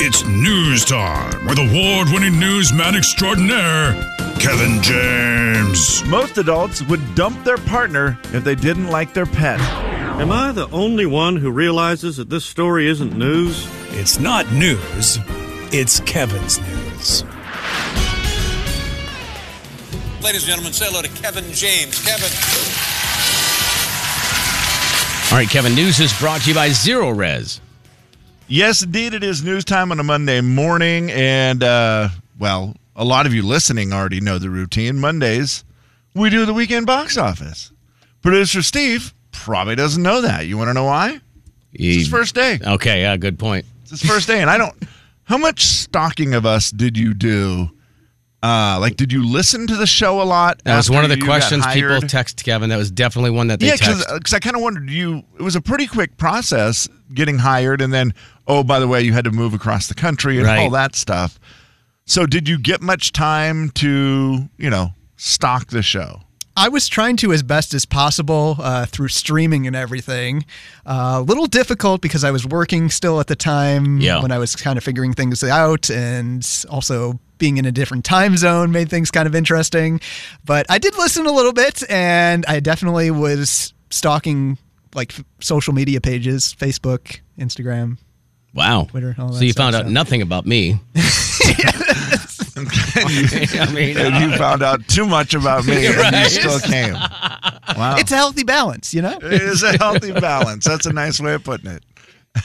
It's news time with award winning newsman extraordinaire, Kevin James. Most adults would dump their partner if they didn't like their pet. Am I the only one who realizes that this story isn't news? It's not news, it's Kevin's news. Ladies and gentlemen, say hello to Kevin James. Kevin. All right, Kevin, news is brought to you by Zero Res. Yes, indeed, it is news time on a Monday morning. And, uh, well, a lot of you listening already know the routine. Mondays, we do the weekend box office. Producer Steve probably doesn't know that. You want to know why? It's his first day. E- Okay, yeah, good point. It's his first day. And I don't. How much stalking of us did you do? Uh, like, did you listen to the show a lot? That was after one of the you got questions people hired? text Kevin. That was definitely one that they yeah, uh, text. because I kind of wondered you. It was a pretty quick process getting hired, and then oh, by the way, you had to move across the country and Right. all that stuff. So, did you get much time to you know stock the show? I was trying to as best as possible uh, through streaming and everything. Uh, A little difficult because I was working still at the time Yeah. when I was kind of figuring things out, and also being in a different time zone made things kind of interesting. But I did listen a little bit, and I definitely was stalking like f- social media pages, Facebook, Instagram. wow. Twitter, all so that you stuff, found out so. nothing about me. I mean, uh, And you found out too much about me, and you still came. Wow, It's a healthy balance, you know. it is a healthy balance. That's a nice way of putting it.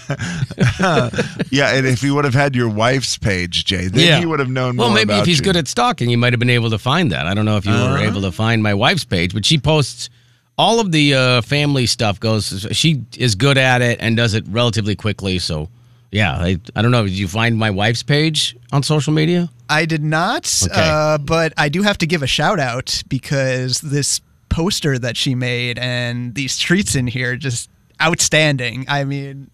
yeah, and if you would have had your wife's page, Jay, then Yeah. you would have known well, more maybe if about he's you. Uh-huh. good at stalking, you might have been able to find that. I don't know if you were able to find my wife's page, but she posts all of the uh, family stuff. Goes she is good at it and does it relatively quickly. So, yeah, I, I don't know. Did you find my wife's page on social media? I did not, Okay. uh, but I do have to give a shout out because this poster that she made and these treats in here just outstanding. I mean,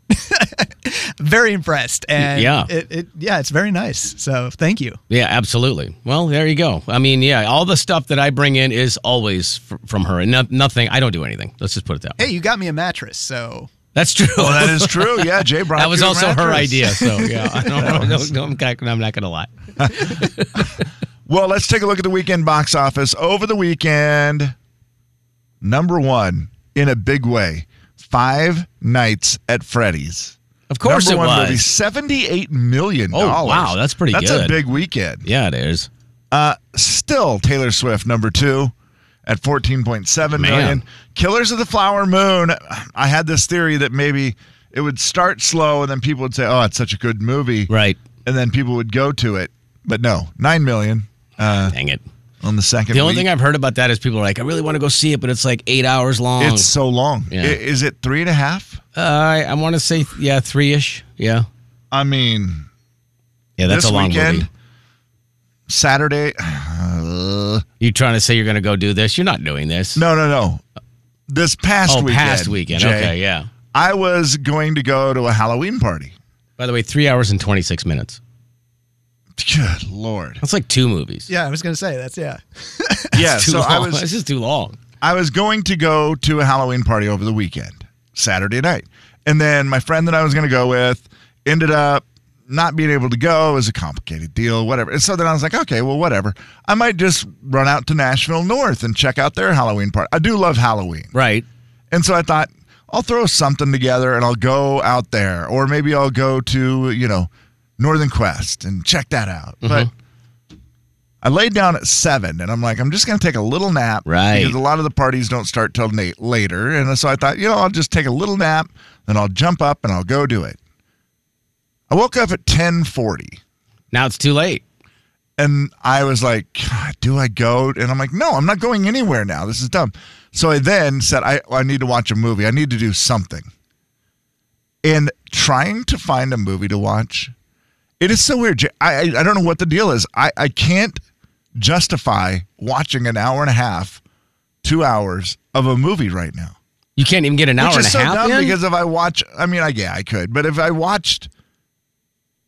very impressed. And yeah. It, it, yeah, it's very nice. So thank you. Yeah, absolutely. Well, there you go. I mean, yeah, all the stuff that I bring in is always fr- from her, and no- nothing. I don't do anything. Let's just put it that way. Hey, you got me a mattress. So That's true. Well, Oh, that is true. Yeah, Jay brought That was you a also her mattress. idea. So yeah, I don't, no, no, I'm, I'm not gonna lie. Well, let's take a look at the weekend box office. Over the weekend, number one in a big way Five Nights at Freddy's. Of course number it one was. Movie, $78 million. Oh, wow, that's pretty that's good. a big weekend. Yeah, it is. Still Taylor Swift, number two at 14.7 Man. million. Killers of the Flower Moon. I had this theory that maybe it would start slow and then people would say, oh, it's such a good movie. Right. And then people would go to it. But no, 9 million Uh, Dang it. on the second The only week. thing I've heard about that is people are like, I really want to go see it, but it's like eight hours long. It's so long. Oh, Yeah. I- Is it three and a half? uh, I, I want to say, yeah, three ish. Yeah. I mean, Yeah, that's this a long weekend, movie. Saturday. uh, You trying to say you're going to go do this? You're not doing this. no, no, no. This past Oh, weekend. past weekend. Jay, Okay, yeah. I was going to go to a Halloween party. By the way, three hours and 26 minutes. Good lord. That's like two movies. yeah, I was going to say that's, yeah. Yeah. It's too So long. I was this is too long. I was going to go to a Halloween party over the weekend, Saturday night. And then my friend that I was going to go with ended up not being able to go. It was a complicated deal, whatever. And so then I was like, okay, well, whatever. I might just run out to Nashville North and check out their Halloween party. I do love Halloween. Right. And so I thought, I'll throw something together and I'll go out there. Or maybe I'll go to, you know, Northern Quest and check that out. But I laid down at seven and I'm like, I'm just going to take a little nap. Right. Because a lot of the parties don't start till na- later. And so I thought, you know, I'll just take a little nap, then I'll jump up and I'll go do it. I woke up at 1040 Now it's too late. and I was like, God, do I go? And I'm like, no, I'm not going anywhere now. This is dumb. So I then said, I, I need to watch a movie. I need to do something. And trying to find a movie to watch, it is so weird. J- I, I, I don't know what the deal is. I, I can't justify watching an hour and a half, two hours of a movie right now. You can't even get an hour Which and a is so half dumb in? because if I watch, I mean, I, yeah, I could, but if I watched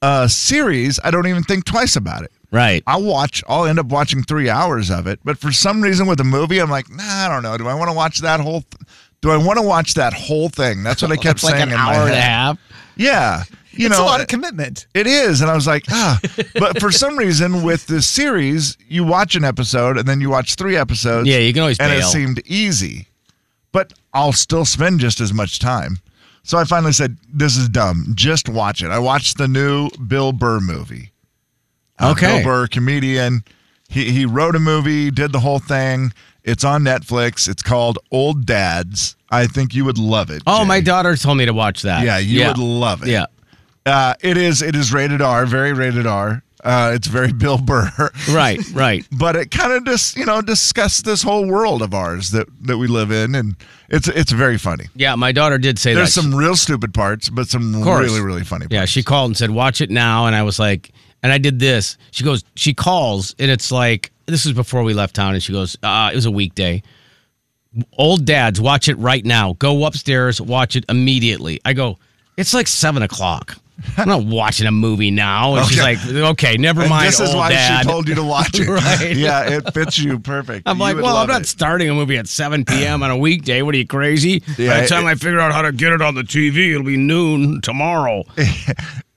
a series, I don't even think twice about it. right. I'll watch. I'll end up watching three hours of it. But for some reason, with a movie, I'm like, nah, I don't know. Do I want to watch that whole? Th- do I want to watch that whole thing? That's what I kept It's like saying. an in my hour and a head. half. Yeah, you it's know, a lot of commitment. It is. And I was like, ah. But for some reason, with this series, you watch an episode and then you watch three episodes. Yeah, you can always And it bail. seemed easy. But I'll still spend just as much time. So I finally said, this is dumb. Just watch it. I watched the new Bill Burr movie. Uh, Okay. Bill Burr, comedian. He, he wrote a movie, did the whole thing. It's on Netflix. It's called Old Dads. I think you would love it. Oh, my Jay. daughter told me to watch that. Yeah, you would love it. Yeah. Uh, it is. It is rated R. Very rated R. Uh, it's very Bill Burr. Right, right. But it kind of just you know discussed this whole world of ours that that we live in, and it's it's very funny. Yeah, my daughter did say There's that. some real stupid parts, but some course. really really funny. Parts. Yeah, she called and said, "Watch it now," and I was like, and I did this. She goes, she calls, and it's like this is before we left town, and she goes, uh, it was a weekday. Old dads, watch it right now. Go upstairs, watch it immediately. I go, it's like seven o'clock. I'm not watching a movie now. And she's Okay. like, okay, never And mind. this is old why dad. she told you to watch it. Right. Yeah, it fits you perfect. I'm You like, would well, I'm love not it. starting a movie at 7 p.m. on a weekday. What are you crazy? Yeah, By the time it- I figure out how to get it on the TV, it'll be noon tomorrow.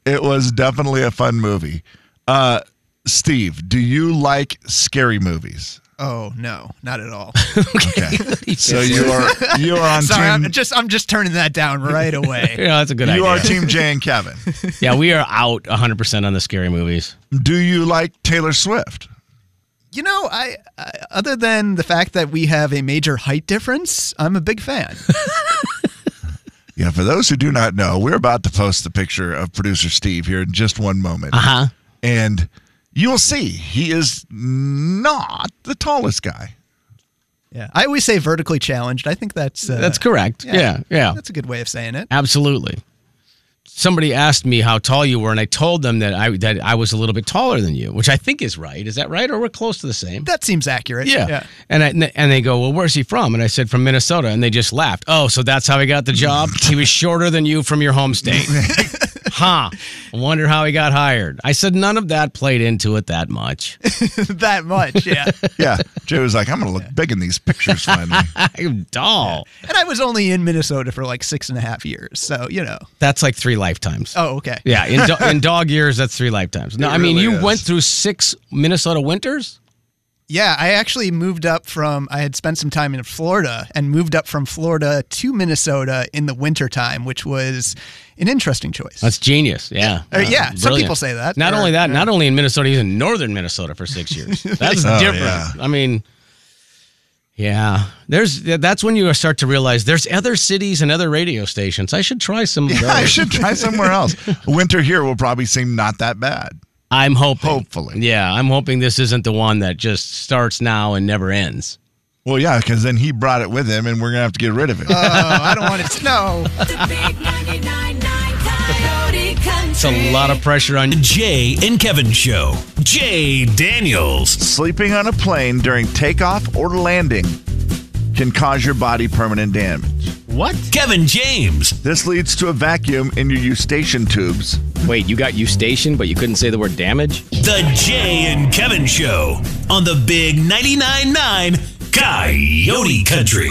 It was definitely a fun movie. Uh, Steve, do you like scary movies? Oh no, not at all. Okay. so you are you are on Sorry, team. I'm just I'm just turning that down right away. Yeah, that's a good idea. you are team Jay and Kevin. yeah, we are out 100% on the scary movies. Do you like Taylor Swift? you know, I, I other than the fact that we have a major height difference, I'm a big fan. Yeah, for those who do not know, we're about to post the picture of producer Steve here in just one moment. huh. And you'll see he is not the tallest guy. yeah, I always say vertically challenged. I think that's uh, That's correct. Yeah, yeah. That's a good way of saying it. Absolutely. Somebody asked me how tall you were, and I told them that I that I was a little bit taller than you, which I think is right. Is that right? Or we're close to the same? That seems accurate. yeah. yeah. And I, and they go, well, where's he from? And I said from Minnesota, and they just laughed. Oh, so that's how he got the job. he was shorter than you from your home state. huh. I wonder how he got hired. I said none of that played into it that much. that much. Yeah. Yeah. Jay was like, I'm going to look big in these pictures finally. I'm tall. and I was only in Minnesota for like six and a half years, so you know. That's like three lifetimes. Oh, okay. Yeah, in, do- in dog years, that's three lifetimes. No, It I mean, really you is. went through six Minnesota winters? Yeah, I actually moved up from I had spent some time in Florida and moved up from Florida to Minnesota in the wintertime, which was an interesting choice. That's genius. Yeah. Uh, yeah, some brilliant. people say that. Not Or- only that, not only in Minnesota, he's in northern Minnesota for six years. That's Oh, different. yeah. I mean, yeah. There's that's when you start to realize there's other cities and other radio stations. I should try some of those. I should try somewhere else. Winter here will probably seem not that bad. I'm hoping. Hopefully. Yeah, I'm hoping this isn't the one that just starts now and never ends. Well, yeah, because then he brought it with him and we're going to have to get rid of it. Oh, I don't want it. No. The big 99.9 Coyote Country. It's a lot of pressure on you. Jay and Kevin Show. Jay Daniels. Sleeping on a plane during takeoff or landing can cause your body permanent damage. What? Kevin James. This leads to a vacuum in your eustachian tubes. Wait, you got you station, but you couldn't say the word damage? The Jay and Kevin Show on the Big 99.9 9 Coyote Country.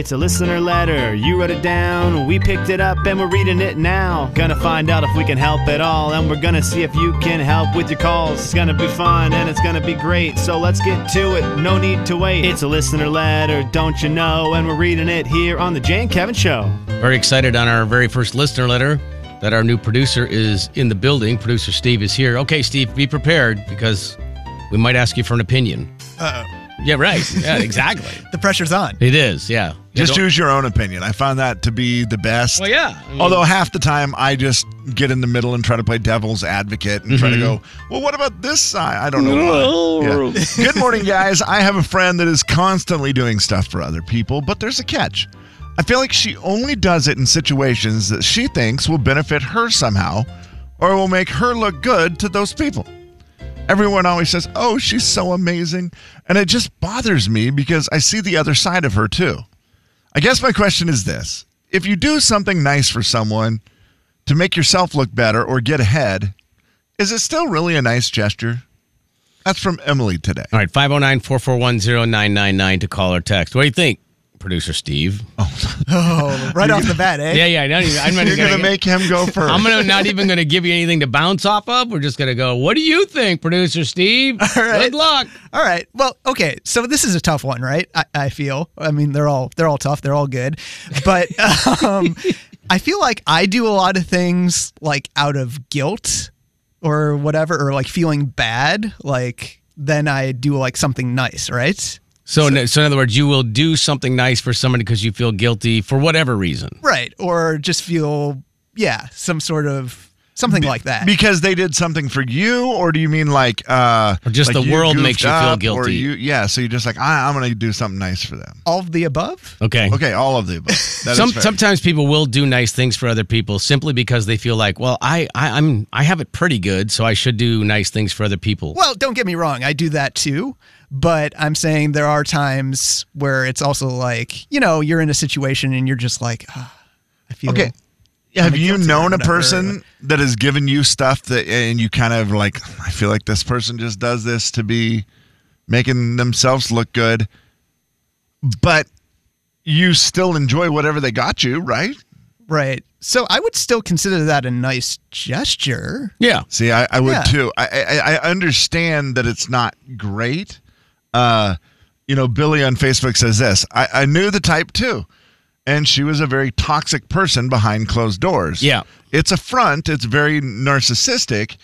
It's a listener letter. You wrote it down. We picked it up and we're reading it now. Gonna find out if we can help at all. And we're gonna see if you can help with your calls. It's gonna be fun and it's gonna be great. So let's get to it. No need to wait. It's a listener letter, don't you know? And we're reading it here on The Jay and Kevin Show. Very excited on our very first listener letter that our new producer is in the building. Producer Steve is here. Okay, Steve, be prepared because we might ask you for an opinion. Uh-oh. Yeah, right. Yeah, exactly. The pressure's on. it is. Yeah. Just You don't- use your own opinion. I found that to be the best. Well, yeah. I mean- Although half the time I just get in the middle and try to play devil's advocate and try to go, well, what about this side? I don't know. why. Yeah. Good morning, guys. I have a friend that is constantly doing stuff for other people, but there's a catch. I feel like she only does it in situations that she thinks will benefit her somehow or will make her look good to those people. Everyone always says, oh, she's so amazing. And it just bothers me because I see the other side of her too. I guess my question is this if you do something nice for someone to make yourself look better or get ahead, is it still really a nice gesture? That's from Emily today. oh All right, 509 441 0999 to call or text. What do you think? producer Steve. Oh, right off the bat, eh? Yeah, yeah. I don't even, I'm not You're even gonna gonna make him go first. I'm gonna not even gonna give you anything to bounce off of. We're just gonna go. What do you think, producer Steve? right. Good luck. All right. Well, okay. So this is a tough one, right? I, I feel. I mean, they're all they're all tough. They're all good, but um, I feel like I do a lot of things like out of guilt or whatever, or like feeling bad. Like then I do like something nice, right? So, in, so in other words, you will do something nice for somebody because you feel guilty for whatever reason. Right. Or just feel yeah, some sort of something like that. because they did something for you, or do you mean like, uh, Or just like the world goofed makes you feel up, Or guilty. you, yeah, so you're just like, I, I'm gonna do something nice for them. all of the above. Okay. Okay, all of the above. That is Some, fair. sometimes people will do nice things for other people simply because they feel like, well, I, I I'm I have it pretty good, so I should do nice things for other people. Well, don't get me wrong, I do that too. But I'm saying there are times where it's also like, you know, you're in a situation and you're just like, ah, I feel Okay. Have you guilty or known a whatever. person that has given you stuff that, and you kind of like, I feel like this person just does this to be making themselves look good, but you still enjoy whatever they got you, right? right. So I would still consider that a nice gesture. yeah. See, I, I would Yeah. too. I, I I understand that it's not great. Uh, you know, Billy on Facebook says this. I, I knew the type too, and she was a very toxic person behind closed doors. Yeah. it's a front. It's very narcissistic,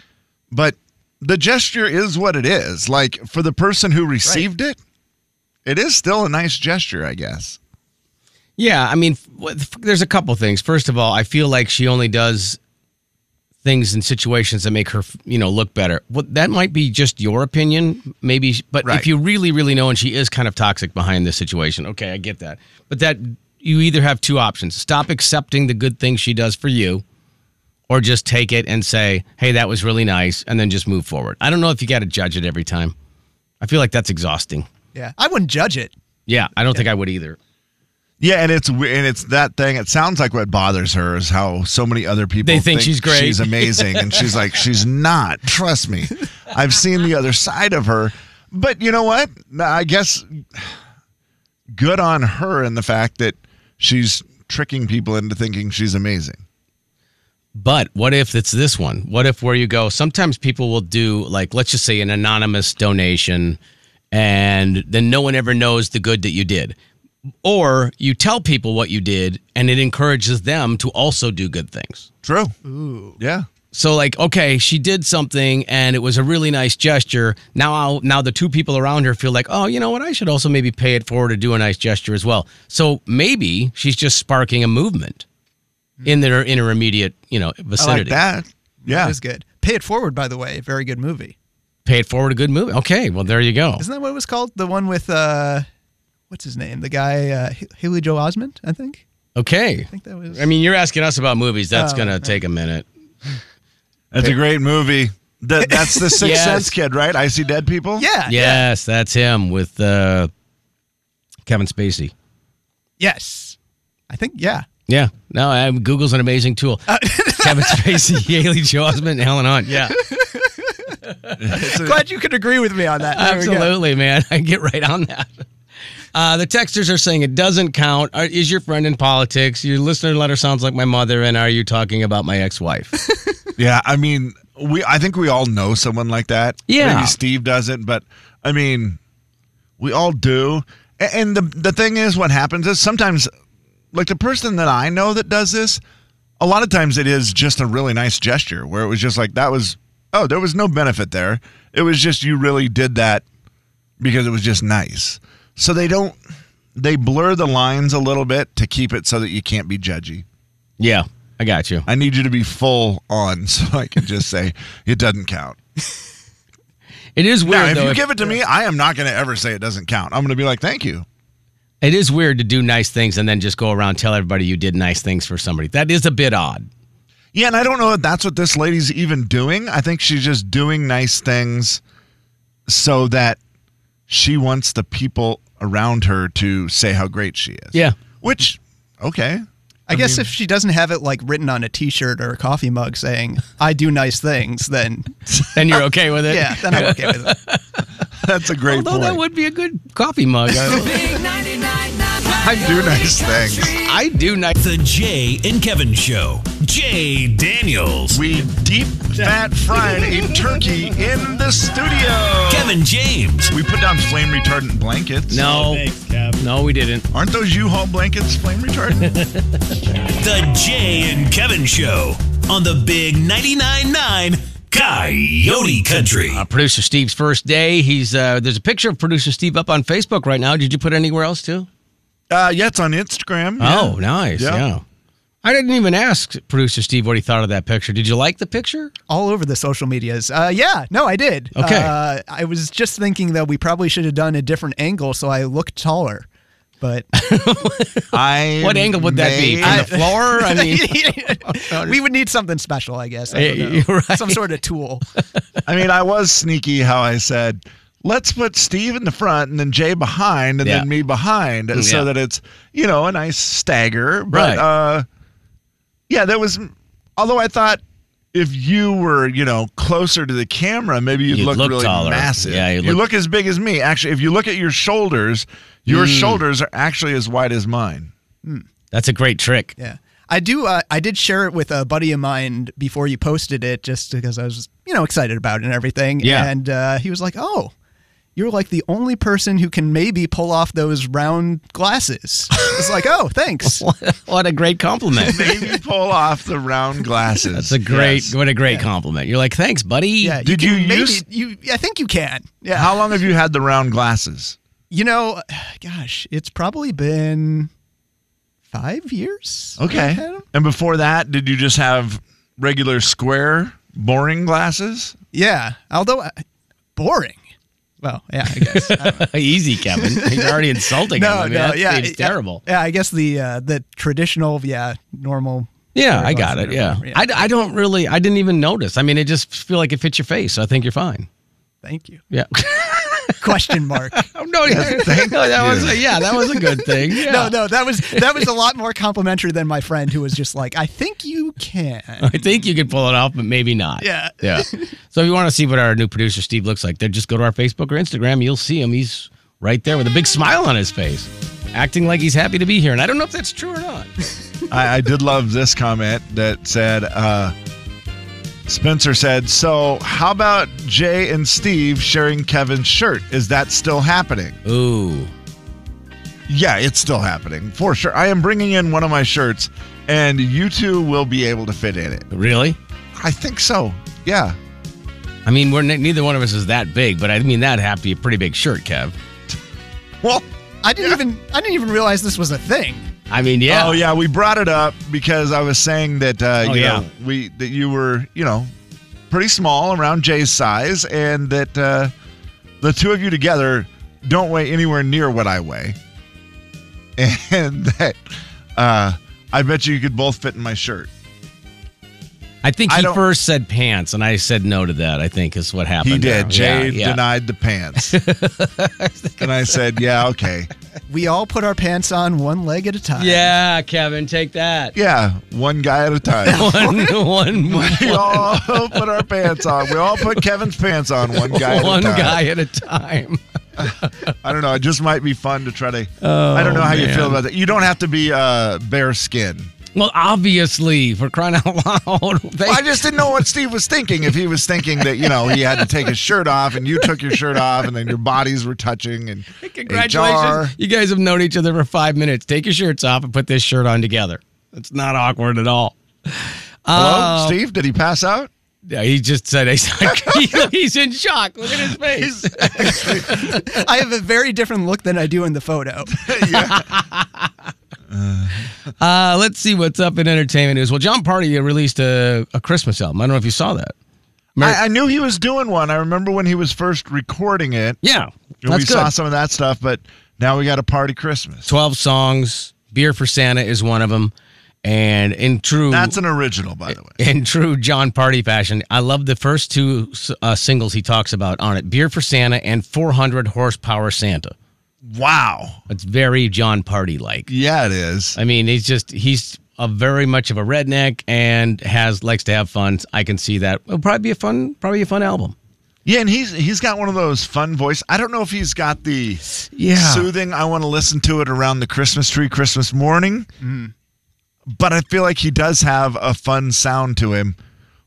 but the gesture is what it is. Like for the person who received it, it is still a nice gesture, I guess. Yeah, I mean, f- what- f- there's a couple things. First of all, I feel like she only does things in situations that make her, f- you know, look better. Well, that might be just your opinion, maybe. But Right. if you really, really know, and she is kind of toxic behind this situation, okay, I get that. But that you either have two options: stop accepting the good things she does for you, or just take it and say, "Hey, that was really nice," and then just move forward. I don't know if you got to judge it every time. I feel like that's exhausting. Yeah. I wouldn't judge it. Yeah, I don't think I would either. Yeah, and it's we- and it's that thing. It sounds like what bothers her is how so many other people They think she's great. she's amazing, and she's like she's not. Trust me, I've seen the other side of her. But you know what? I guess good on her in the fact that she's tricking people into thinking she's amazing. But what if it's this one? What if where you go? Sometimes people will do like let's just say an anonymous donation, and then no one ever knows the good that you did, or you tell people what you did, and it encourages them to also do good things. True. Ooh. Yeah. So like okay, she did something, and it was a really nice gesture. Now I'll, now the two people around her feel like oh you know what I should also maybe pay it forward or do a nice gesture as well. So maybe she's just sparking a movement in their in her immediate you know I like vicinity. that. It Yeah. was good. Pay It Forward, by the way, very good movie. Pay it forward, a good movie. Okay, well there you go. Isn't that what it was called? The one with, uh, what's his name? The guy, uh, H- Haley Joe Osmond, I think. Okay, I think that was. I mean you're asking us about movies. Oh, That's gonna take a minute. That's a great movie. That that's the Sixth Yes. Sense kid, right? I see dead people. yeah. Yes, that's him with uh, Kevin Spacey. Yes. I think, yeah. Yeah, no, I, Google's an amazing tool. Uh, Kevin Spacey, Haley Joel Osment, and Helen Hunt. Yeah, Glad you could agree with me on that. There we go. absolutely, man. I get right on that. Uh, the texters are saying it doesn't count. Are, is your friend in politics? Your listener letter sounds like my mother. And are you talking about my ex-wife? Yeah, I mean, we I think we all know someone like that. Yeah. Maybe Steve doesn't, but I mean, we all do. A- And the the thing is what happens is sometimes like the person that I know that does this, a lot of times it is just a really nice gesture where it was just like that was oh, there was no benefit there. It was just you really did that because it was just nice. So they don't they blur the lines a little bit to keep it so that you can't be judgy. yeah, I got you. I need you to be full on so I can just say it doesn't count. It is weird Now, if though. you if- give it to me, I am not going to ever say it doesn't count. I'm going to be like, thank you. It is weird to do nice things and then just go around and tell everybody you did nice things for somebody. That is a bit odd. Yeah, and I don't know if that's what this lady's even doing. I think she's just doing nice things so that she wants the people around her to say how great she is. Yeah. Which, okay. I, guess if she doesn't have it like written on a T-shirt or a coffee mug saying "I do nice things," then Then you're okay with it. yeah, then I'm okay with it. That's a great Although point. that would be a good coffee mug. I- Big 99.9 I do nice things. I do nice. The Jay and Kevin Show. Jay Daniels. We deep fat fried a turkey in the studio. Kevin James. We put down flame retardant blankets. No, no, we didn't. Aren't those U-Haul blankets flame retardant? The Jay and Kevin Show on the Big 99.9 9 Coyote Country. Uh, Producer Steve's first day. He's uh, there's a picture of Producer Steve up on Facebook right now. Did you put it anywhere else too? uh, yeah, it's on Instagram. Oh, nice. Yeah. yeah. I didn't even ask producer Steve what he thought of that picture. Did you like the picture? all over the social medias. Uh, yeah, no, I did. Okay. Uh, I was just thinking that we probably should have done a different angle so I looked taller. But I What angle would that be? may- From the floor? I mean, we would need something special, I guess. I don't Eh, know. right. Some sort of tool. I mean, I was sneaky how I said, let's put Steve in the front and then Jay behind and Yeah. then me behind Yeah. so that it's, you know, a nice stagger. But Right. uh, yeah, that was, although I thought if you were, you know, closer to the camera, maybe you'd, You'd look, look really taller. massive. Yeah, you you'd look-, look- Hmm. as big as me. Actually, if you look at your shoulders, your shoulders are actually as wide as mine. that's a great trick. Yeah. I do. Uh, I did share it with a buddy of mine before you posted it, just because I was, you know, excited about it and everything. Yeah. And uh, he was like, "Oh, you're like the only person who can maybe pull off those round glasses." It's like, "Oh, thanks." What a great compliment. Maybe pull off the round glasses. That's a great, Yes. what a great compliment. You're like, thanks, buddy. Yeah. Did can you maybe, use- You, I think you can. Yeah. How long have you had the round glasses? You know, gosh, it's probably been five years. that I've had Okay. 'em. And before that, did you just have regular square, boring glasses? Yeah. Although uh, boring. Well, yeah, I guess. I don't know. Easy, Kevin. You're already insulting him. I mean, that seems it- terrible. Yeah, I guess the uh, the traditional, yeah, normal. Yeah, Very I got pleasant it. or Yeah. whatever, yeah. I, I don't really, I didn't even notice. I mean, it just feel like it fits your face. So I think you're fine. Thank you. Yeah. Question mark. oh, no, no, that was a, yeah, that was a good thing. Yeah. No, no, that was that was a lot more complimentary than my friend who was just like, I think you can. I think you could pull it off, but maybe not. Yeah. Yeah. So if you want to see what our new producer Steve looks like, then just go to our Facebook or Instagram. You'll see him. He's right there with a big smile on his face, acting like he's happy to be here. And I don't know if that's true or not. I, I did love this comment that said, uh, Spencer said, So, how about Jay and Steve sharing Kevin's shirt? Is that still happening? Ooh. Yeah, it's still happening for sure. I am bringing in one of my shirts, and you two will be able to fit in it. Really? I think so. Yeah. I mean, we're ne- neither one of us is that big, but I mean that'd have to be a pretty big shirt, Kev. Well, I didn't even I didn't even realize this was a thing. I mean, yeah. Oh yeah, we brought it up because I was saying that uh, Oh, you yeah. know we that you were you know pretty small around Jay's size, and that uh, the two of you together don't weigh anywhere near what I weigh, and that uh, I bet you could both fit in my shirt. I think I he don't- first said pants, and I said no to that. I think is what happened. he did. there. Jay Yeah, yeah. denied the pants, and I said, "Yeah, okay, We all put our pants on one leg at a time. Yeah, Kevin, take that. yeah, one guy at a time." One, one, one, We all put our pants on. We all put Kevin's pants on. One guy. at a time. guy at a time. I don't know. It just might be fun to try to. I don't know how you Oh, man. feel about that. You don't have to be uh, bare skin. Well, obviously, for crying out loud. They- I just didn't know what Steve was thinking. If he was thinking that you know he had to take his shirt off, and you took your shirt off, and then your bodies were touching, and Congratulations. HR. You guys have known each other for five minutes. Take your shirts off and put this shirt on together. It's not awkward at all. Uh, Um, Hello, Steve. Did he pass out? Yeah, he just said he's, like, he- he's in shock. Look at his face. I have a very different look than I do in the photo. Uh, let's see what's up in entertainment news. Well, John Party released a, a Christmas album. I don't know if you saw that. Mer- I, I knew he was doing one. I remember when he was first recording it. Yeah, and that's we good. saw some of that stuff, but now we got a party Christmas. 12 songs. Beer for Santa is one of them. And in true That's an original, by the way. in true John Party fashion, I love the first two uh, singles he talks about on it Beer for Santa and 400 Horsepower Santa. Wow. It's very John Party like. Yeah, it is. I mean, he's just, he's a very much of a redneck and has likes to have fun. I can see that. It'll probably be a fun, probably a fun album. Yeah, and he's he's got one of those fun voice. I don't know if he's got the Yeah. soothing. I want to listen to it around the Christmas tree, Christmas morning. But I feel like he does have a fun sound to him,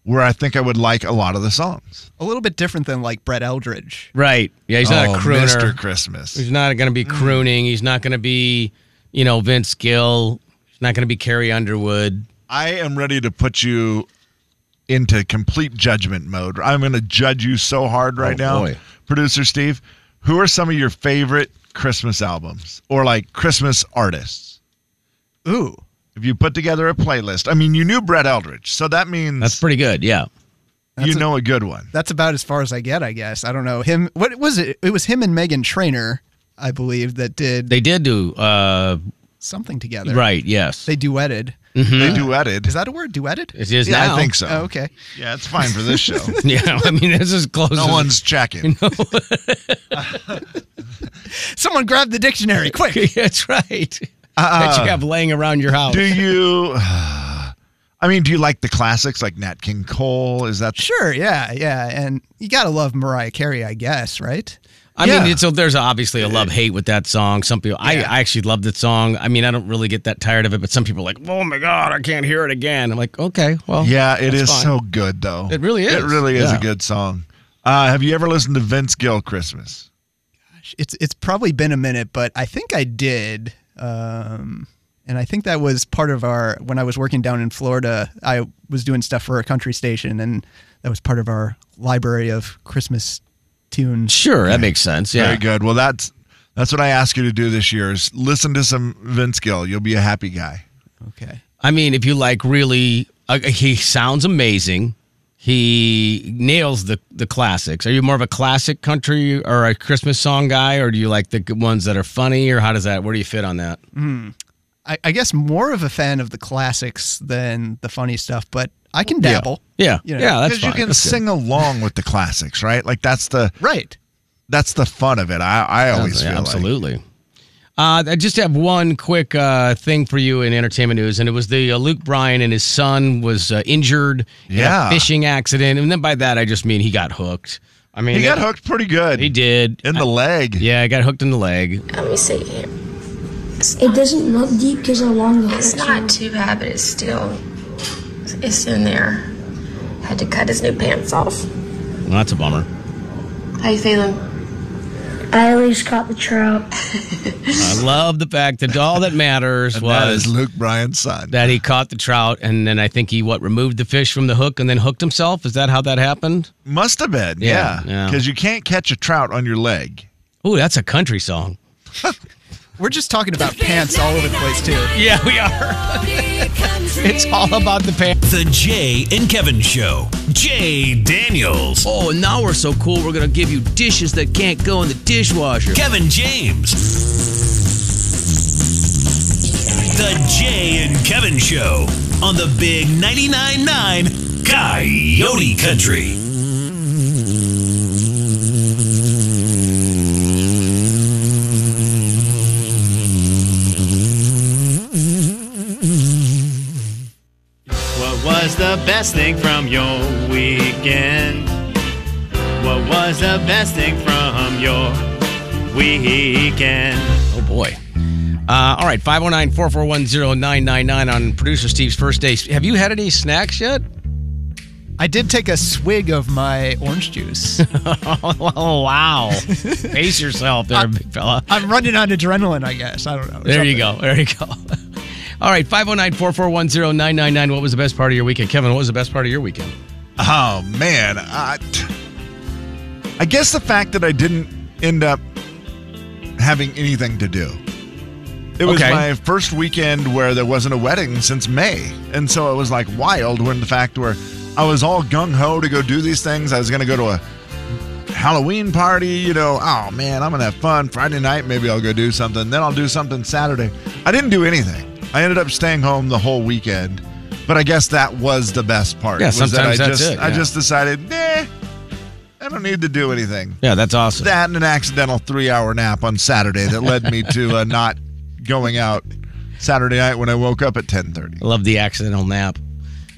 where I think I would like a lot of the songs. A little bit different than like Brett Eldridge. Right. Yeah, he's not Oh, a crooner. Mr. Christmas. He's not going to be crooning. He's not going to be, you know, Vince Gill. He's not going to be Carrie Underwood. I am ready to put you into complete judgment mode. I'm going to judge you so hard right now, Oh, boy. producer Steve. Who are some of your favorite Christmas albums or like Christmas artists? Ooh. If you put together a playlist, I mean, you knew Brett Eldridge, so that means That's pretty good. Yeah. you that's a- know a good one. That's about as far as I get, I guess. I don't know. Him what was it? It was him and Megan Trainer, I believe, that did They did do uh something together. right, yes. They duetted. Mm-hmm. They duetted. Is that a word? Duetted? it is uh, yeah, now. I think so. Oh, okay. Yeah, it's fine for this show. Yeah, I mean this is close. no as- one's checking. Someone grab the dictionary quick. That's right. Uh-uh. that you have laying around your house. Do you? I mean, do you like the classics like Nat King Cole? Is that Sure, yeah, yeah. And you gotta love Mariah Carey, I guess, right? I Yeah. mean, it's, so there's obviously a love hate with that song. Some people, I, I actually love that song. I mean, I don't really get that tired of it, but some people are like, oh my God, I can't hear it again. I'm like, okay, well. Yeah, it that's is fine. so good though. It really It is. really is Yeah. a good song. Uh, have you ever listened to Vince Gill Christmas? It's it's probably been a minute, but I think I did. Um, and I think that was part of our when I was working down in Florida. I was doing stuff for a country station, and that was part of our library of Christmas tunes. Sure, that makes sense. Yeah. Very good. Well, that's that's what I ask you to do this year is listen to some Vince Gill. You'll be a happy guy. Okay, I mean, if you like, really, uh, he sounds amazing. He nails the the classics. Are you more of a classic country or a Christmas song guy, or do you like the good ones that are funny, or how does that? Where do you fit on that? I, I guess more of a fan of the classics than the funny stuff, but I can dabble. Yeah, You know, yeah, that's Because you fine. can That's good. sing along with the classics, right? Like that's the Right. that's the fun of it. I, I always Yeah, feel like. absolutely. Uh, I just have one quick uh, thing for you in entertainment news, and it was the uh, Luke Bryan and his son was uh, injured in Yeah. a fishing accident, and then by that I just mean he got hooked. I mean He got that- hooked pretty good. He did. in the leg. yeah, I got hooked in the leg. Let me see it. It doesn't look deep because how long the It's not too bad, but it's still, it's in there. Had to cut his new pants off. Well, that's a bummer. How you feeling? I at least caught the trout. I love the fact that all that matters That is was Luke Bryan's son. that he caught the trout, and then I think he what removed the fish from the hook and then hooked himself. Is that how that happened? Must have been. Yeah, Yeah. yeah. Because you can't catch a trout on your leg. Ooh, that's a country song. We're just talking about pants all over the place too. Yeah, we are. It's all about the pants. The Jay and Kevin Show. Jay Daniels. Oh, and now we're so cool. We're gonna give you dishes that can't go in the dishwasher. Kevin James. The Jay and Kevin Show on the Big 99.9 9 Coyote Country. What was the best thing from your weekend? What was the best thing from your weekend? Oh boy. Uh, all right, 509-441-0999 on producer Steve's first day. Have you had any snacks yet? I did take a swig of my orange juice. oh wow. Pace yourself there, big fella. I'm running on adrenaline, I guess. I don't know. There you go. There you go. All right, 509-441-0999. What was the best part of your weekend? Kevin, what was the best part of your weekend? Oh, man. I, I guess the fact that I didn't end up having anything to do. It was Okay. my first weekend where there wasn't a wedding since May. And so it was like wild when the fact where I was all gung ho to go do these things. I was going to go to a Halloween party, you know, oh man, I'm gonna have fun. Friday night, maybe I'll go do something. Then I'll do something Saturday. I didn't do anything. I ended up staying home the whole weekend. But I guess that was the best part. Yeah, was sometimes that I that's just it, I yeah. just decided, nah, I don't need to do anything. Yeah, that's awesome. That and an accidental three hour nap on Saturday that led me to uh, not going out Saturday night when I woke up at ten thirty. I love the accidental nap.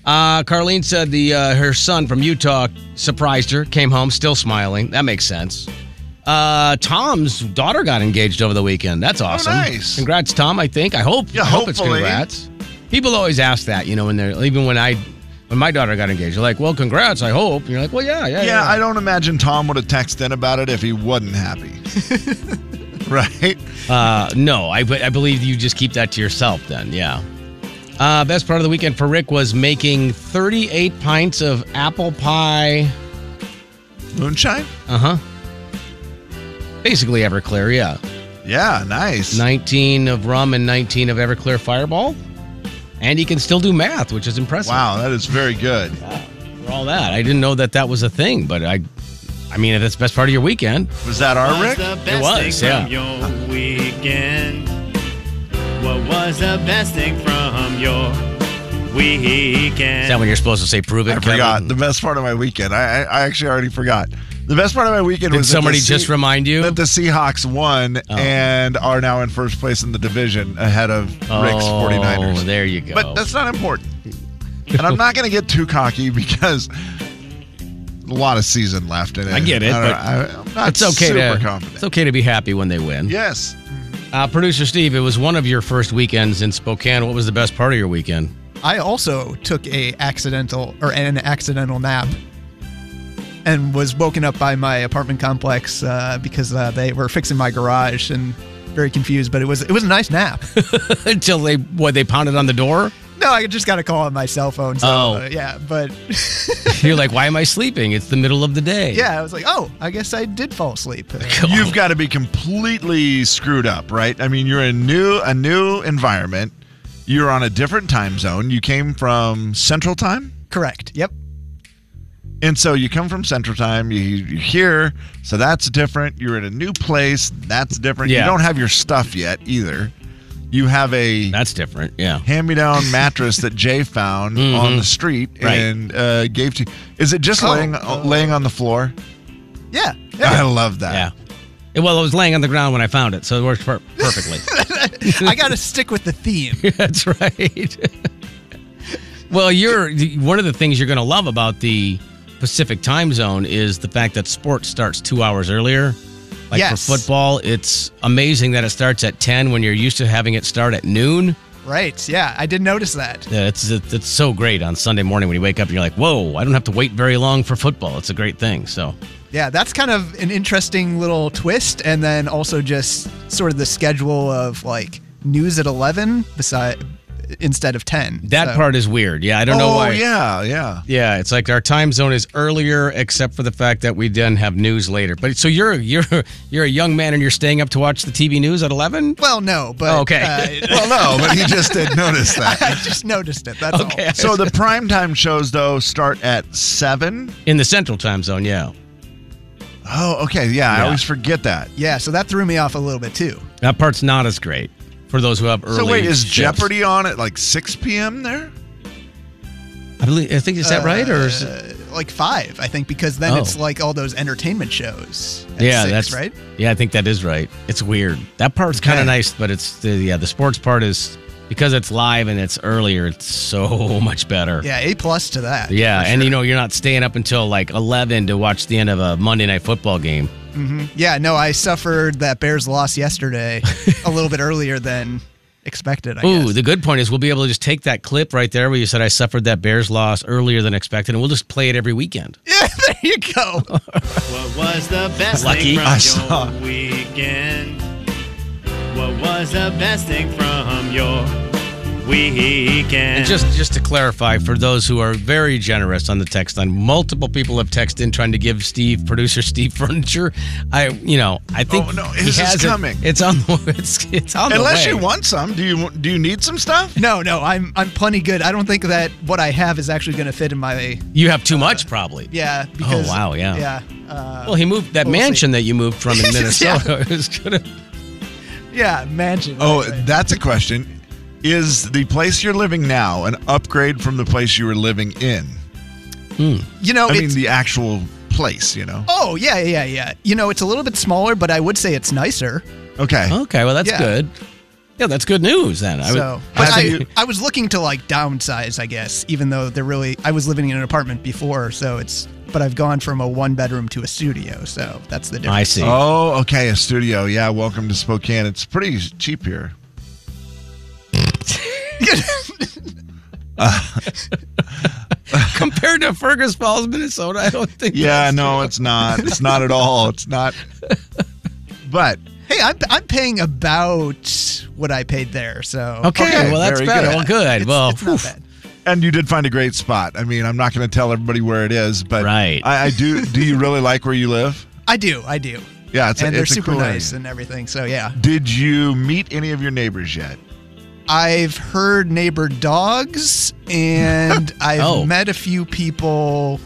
Uh, Carlene said the uh, her son from Utah surprised her, came home still smiling. That makes sense. Uh, Tom's daughter got engaged over the weekend. That's awesome. Oh, nice. Congrats, Tom. I think. I hope. Yeah, I hope it's hopefully. congrats. People always ask that, you know, when they're even when I when my daughter got engaged, they're like, "Well, congrats. I hope." And you're like, "Well, yeah, yeah, Yeah, yeah." I don't imagine Tom would have texted in about it if he wasn't happy. right? Uh, no, I, be- I believe you just keep that to yourself then. Yeah. Uh, best part of the weekend for Rick was making 38 pints of apple pie. Moonshine? Uh huh. Basically Everclear, yeah. Yeah, nice. 19 of rum and 19 of Everclear Fireball. And he can still do math, which is impressive. Wow, that is very good. For all that, I didn't know that that was a thing, but I, I mean, if that's the best part of your weekend, Was that our Rick? What's the best was, thing from your weekend? What was the best thing from your is that weekend? when you're supposed to say prove it? I Kevin? forgot. The best part of my weekend. I, I, I actually already forgot. The best part of my weekend Did was that the somebody Se- just remind you? Oh. that the Seahawks won and are now in first place in the division ahead of Rick's Oh, 49ers. there you go. But that's not important. And I'm not going to get too cocky because a lot of season left in it. I get it, don't- but I, am not it's okay super to confident. it's okay to be happy when they win. Yes. Uh, Producer Steve, it was one of your first weekends in Spokane. What was the best part of your weekend? I also took a accidental or an accidental nap and was woken up by my apartment complex uh, because uh, they were fixing my garage and very confused. But it was it was a nice nap. Until they what they pounded on the door. no, I just got a call on my cell phone. So, Oh. uh, yeah, but You're like, why am I sleeping? It's the middle of the day. yeah, I was like, oh, I guess I did fall asleep. You've got to be completely screwed up, right? I mean, you're in new a new environment. You're on a different time zone. You came from Central Time. Correct. Yep. And so you come from Central Time, you, you're here, so that's different. You're in a new place, that's different. You Yeah. don't have your stuff yet either. You have a that's different. Yeah, hand me down mattress that Jay found on the street Mm-hmm. Right. and uh, gave to Is it just Oh, laying uh, laying on the floor? Yeah. I yeah. love that. yeah. It- well, it was laying on the ground when I found it, so it worked per- perfectly. I got to stick with the theme. that's right. well, you're one of the things you're going to love about the Pacific time zone is the fact that sports starts two hours earlier. Like Yes. for football, it's amazing that it starts at ten when you're used to having it start at noon. Right. Yeah, I did notice that. Yeah, it's it- it's so great on Sunday morning when you wake up and you're like, whoa, I don't have to wait very long for football. It's a great thing. So Yeah, that's kind of an interesting little twist, and then also just sort of the schedule of like news at eleven beside instead of ten. that So- part is weird. Yeah, I don't know oh why. yeah, yeah. Yeah, it's like our time zone is earlier, except for the fact that we then have news later. But so you're you're you're a young man and you're staying up to watch the TV news at eleven. Well, no, but Oh, okay. uh, Well, no, but he just did notice that. I just noticed it. That's Okay. all. So the primetime shows though start at seven. in the Central time zone. Yeah, Oh, okay, yeah. I Yeah. always forget that. Yeah, so that threw me off a little bit too. that part's not as great for those who have early. So wait, is shifts. Jeopardy on at like six p.m. there? I believe I think is that right or is Uh, like five, I think, because then Oh. it's like all those entertainment shows. at yeah, six, that's right. Yeah, I think that is right. It's weird. That part's kind of Okay. nice, but it's the yeah the sports part is because it's live and it's earlier. It's so much better. Yeah, a plus to that. Yeah, and you know you're not staying up until like 11 to watch the end of a Monday night football game. Yeah, no, I suffered that Bears loss yesterday a little bit earlier than expected. I Ooh, guess. the good point is we'll be able to just take that clip right there where you said I suffered that Bears loss earlier than expected, and we'll just play it every weekend. yeah, there you go. What was the best Lucky. thing from I your saw. weekend? What was the best thing from your weekend? And just just to clarify for those who are very generous on the text line, multiple people have texted in trying to give Steve producer Steve furniture. I you know I think Oh, no, he his is has it. coming. It's on the it's, it's on the Unless way. you want some, do you do you need some stuff? No, no, I'm I'm plenty good. I don't think that what I have is actually going to fit in my You have too much probably. yeah. Because, Oh, wow, yeah. yeah, uh, Well, he moved that We'll see. mansion that you moved from in Yeah. Minnesota. is gonna yeah, mansion. Oh, right, right. that's a question. Is the place you're living now an upgrade from the place you were living in? you know, I mean, it's- the actual place, you know? oh yeah, yeah, yeah. You know, it's a little bit smaller, but I would say it's nicer. Okay. okay. Well, that's Yeah. good. Yeah, that's good news then. I so, would, but Have I, you- I was looking to like downsize, I guess, even though they're really, I was living in an apartment before, so it's, but I've gone from a one bedroom to a studio, so that's the difference. I see. Oh, okay, a studio. Yeah, welcome to Spokane. It's pretty cheap here. Compared to Fergus Falls, Minnesota, I don't think. Yeah, no, it's not. It's not at all. It's not. But Hey, I'm, I'm paying about what I paid there, so. Okay, Okay, well that's very good. better. Well, good. It's, well, it's not oof. bad. and you did find a great spot. I mean, I'm not going to tell everybody where it is, but Right. I, I do. Do you really like where you live? I do, I do. Yeah, it's a- and they're it's a super cool area. nice and everything, so yeah. Did you meet any of your neighbors yet? I've heard neighbor dogs, and I've Oh. met a few people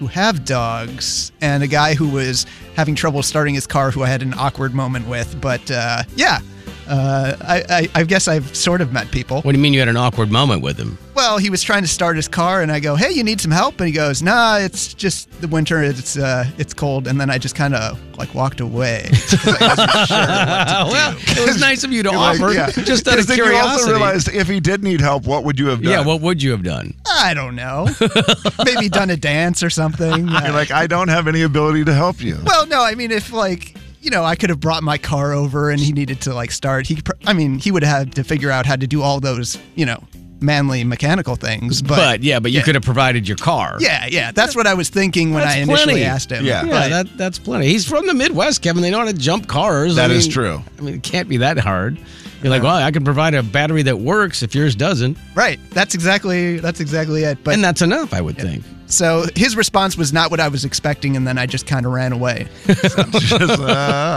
who have dogs, and a guy who was having trouble starting his car, who I had an awkward moment with. But uh, yeah, uh, I, I, I guess I've sort of met people. what do you mean you had an awkward moment with him? Well, he was trying to start his car, and I go, "Hey, you need some help?" And he goes, "Nah, it's just the winter. It's uh, it's cold." And then I just kind of like walked away. Uh, well, it was nice of you to Like, offer, yeah. just out 'Cause of then You also curiosity. realized if he did need help, what would you have done? yeah, what would you have done? I don't know. Maybe done a dance or something. You're like, I don't have any ability to help you. Well, no, I mean, if like you know, I could have brought my car over and he needed to like start. He, pr- I mean, he would have had to figure out how to do all those you know manly mechanical things. But, But, yeah, but you yeah. could have provided your car. yeah, yeah, that's what I was thinking when That's I initially plenty. asked him. Yeah. Yeah, but that, that's plenty. He's from the Midwest, Kevin. They know how to jump cars. That That is is true. I mean, it can't be that hard. You're like, well, I can provide a battery that works if yours doesn't, right, that's exactly that's exactly it. But and that's enough, I would think. so his response was not what I was expecting, and then I just kind of ran away. Just, uh,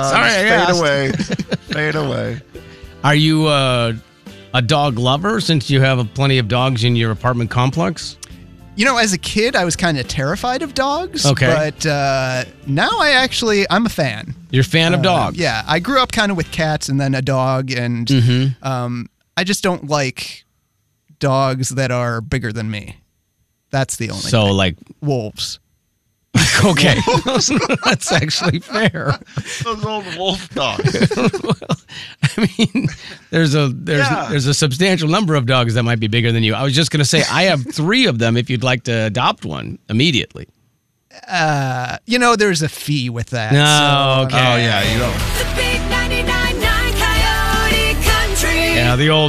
Sorry, just I fade asked. away, fade away. Are you uh, a dog lover since you have plenty of dogs in your apartment complex? You know, as a kid, I was kind of terrified of dogs. Okay. but uh, now I actually I'm a fan. You're a fan of dogs. Um, yeah, I grew up kind of with cats and then a dog, and Mm-hmm. um, I just don't like dogs that are bigger than me. That's the only So, thing. like, wolves. okay. that's actually fair. Those old wolf dogs. I mean, there's a there's Yeah. there's a substantial number of dogs that might be bigger than you. I was just gonna say I have three of them. If you'd like to adopt one immediately, You know, there's a fee with that. No, okay. Oh yeah, you don't. The big 99.9 Coyote Country. yeah, the old.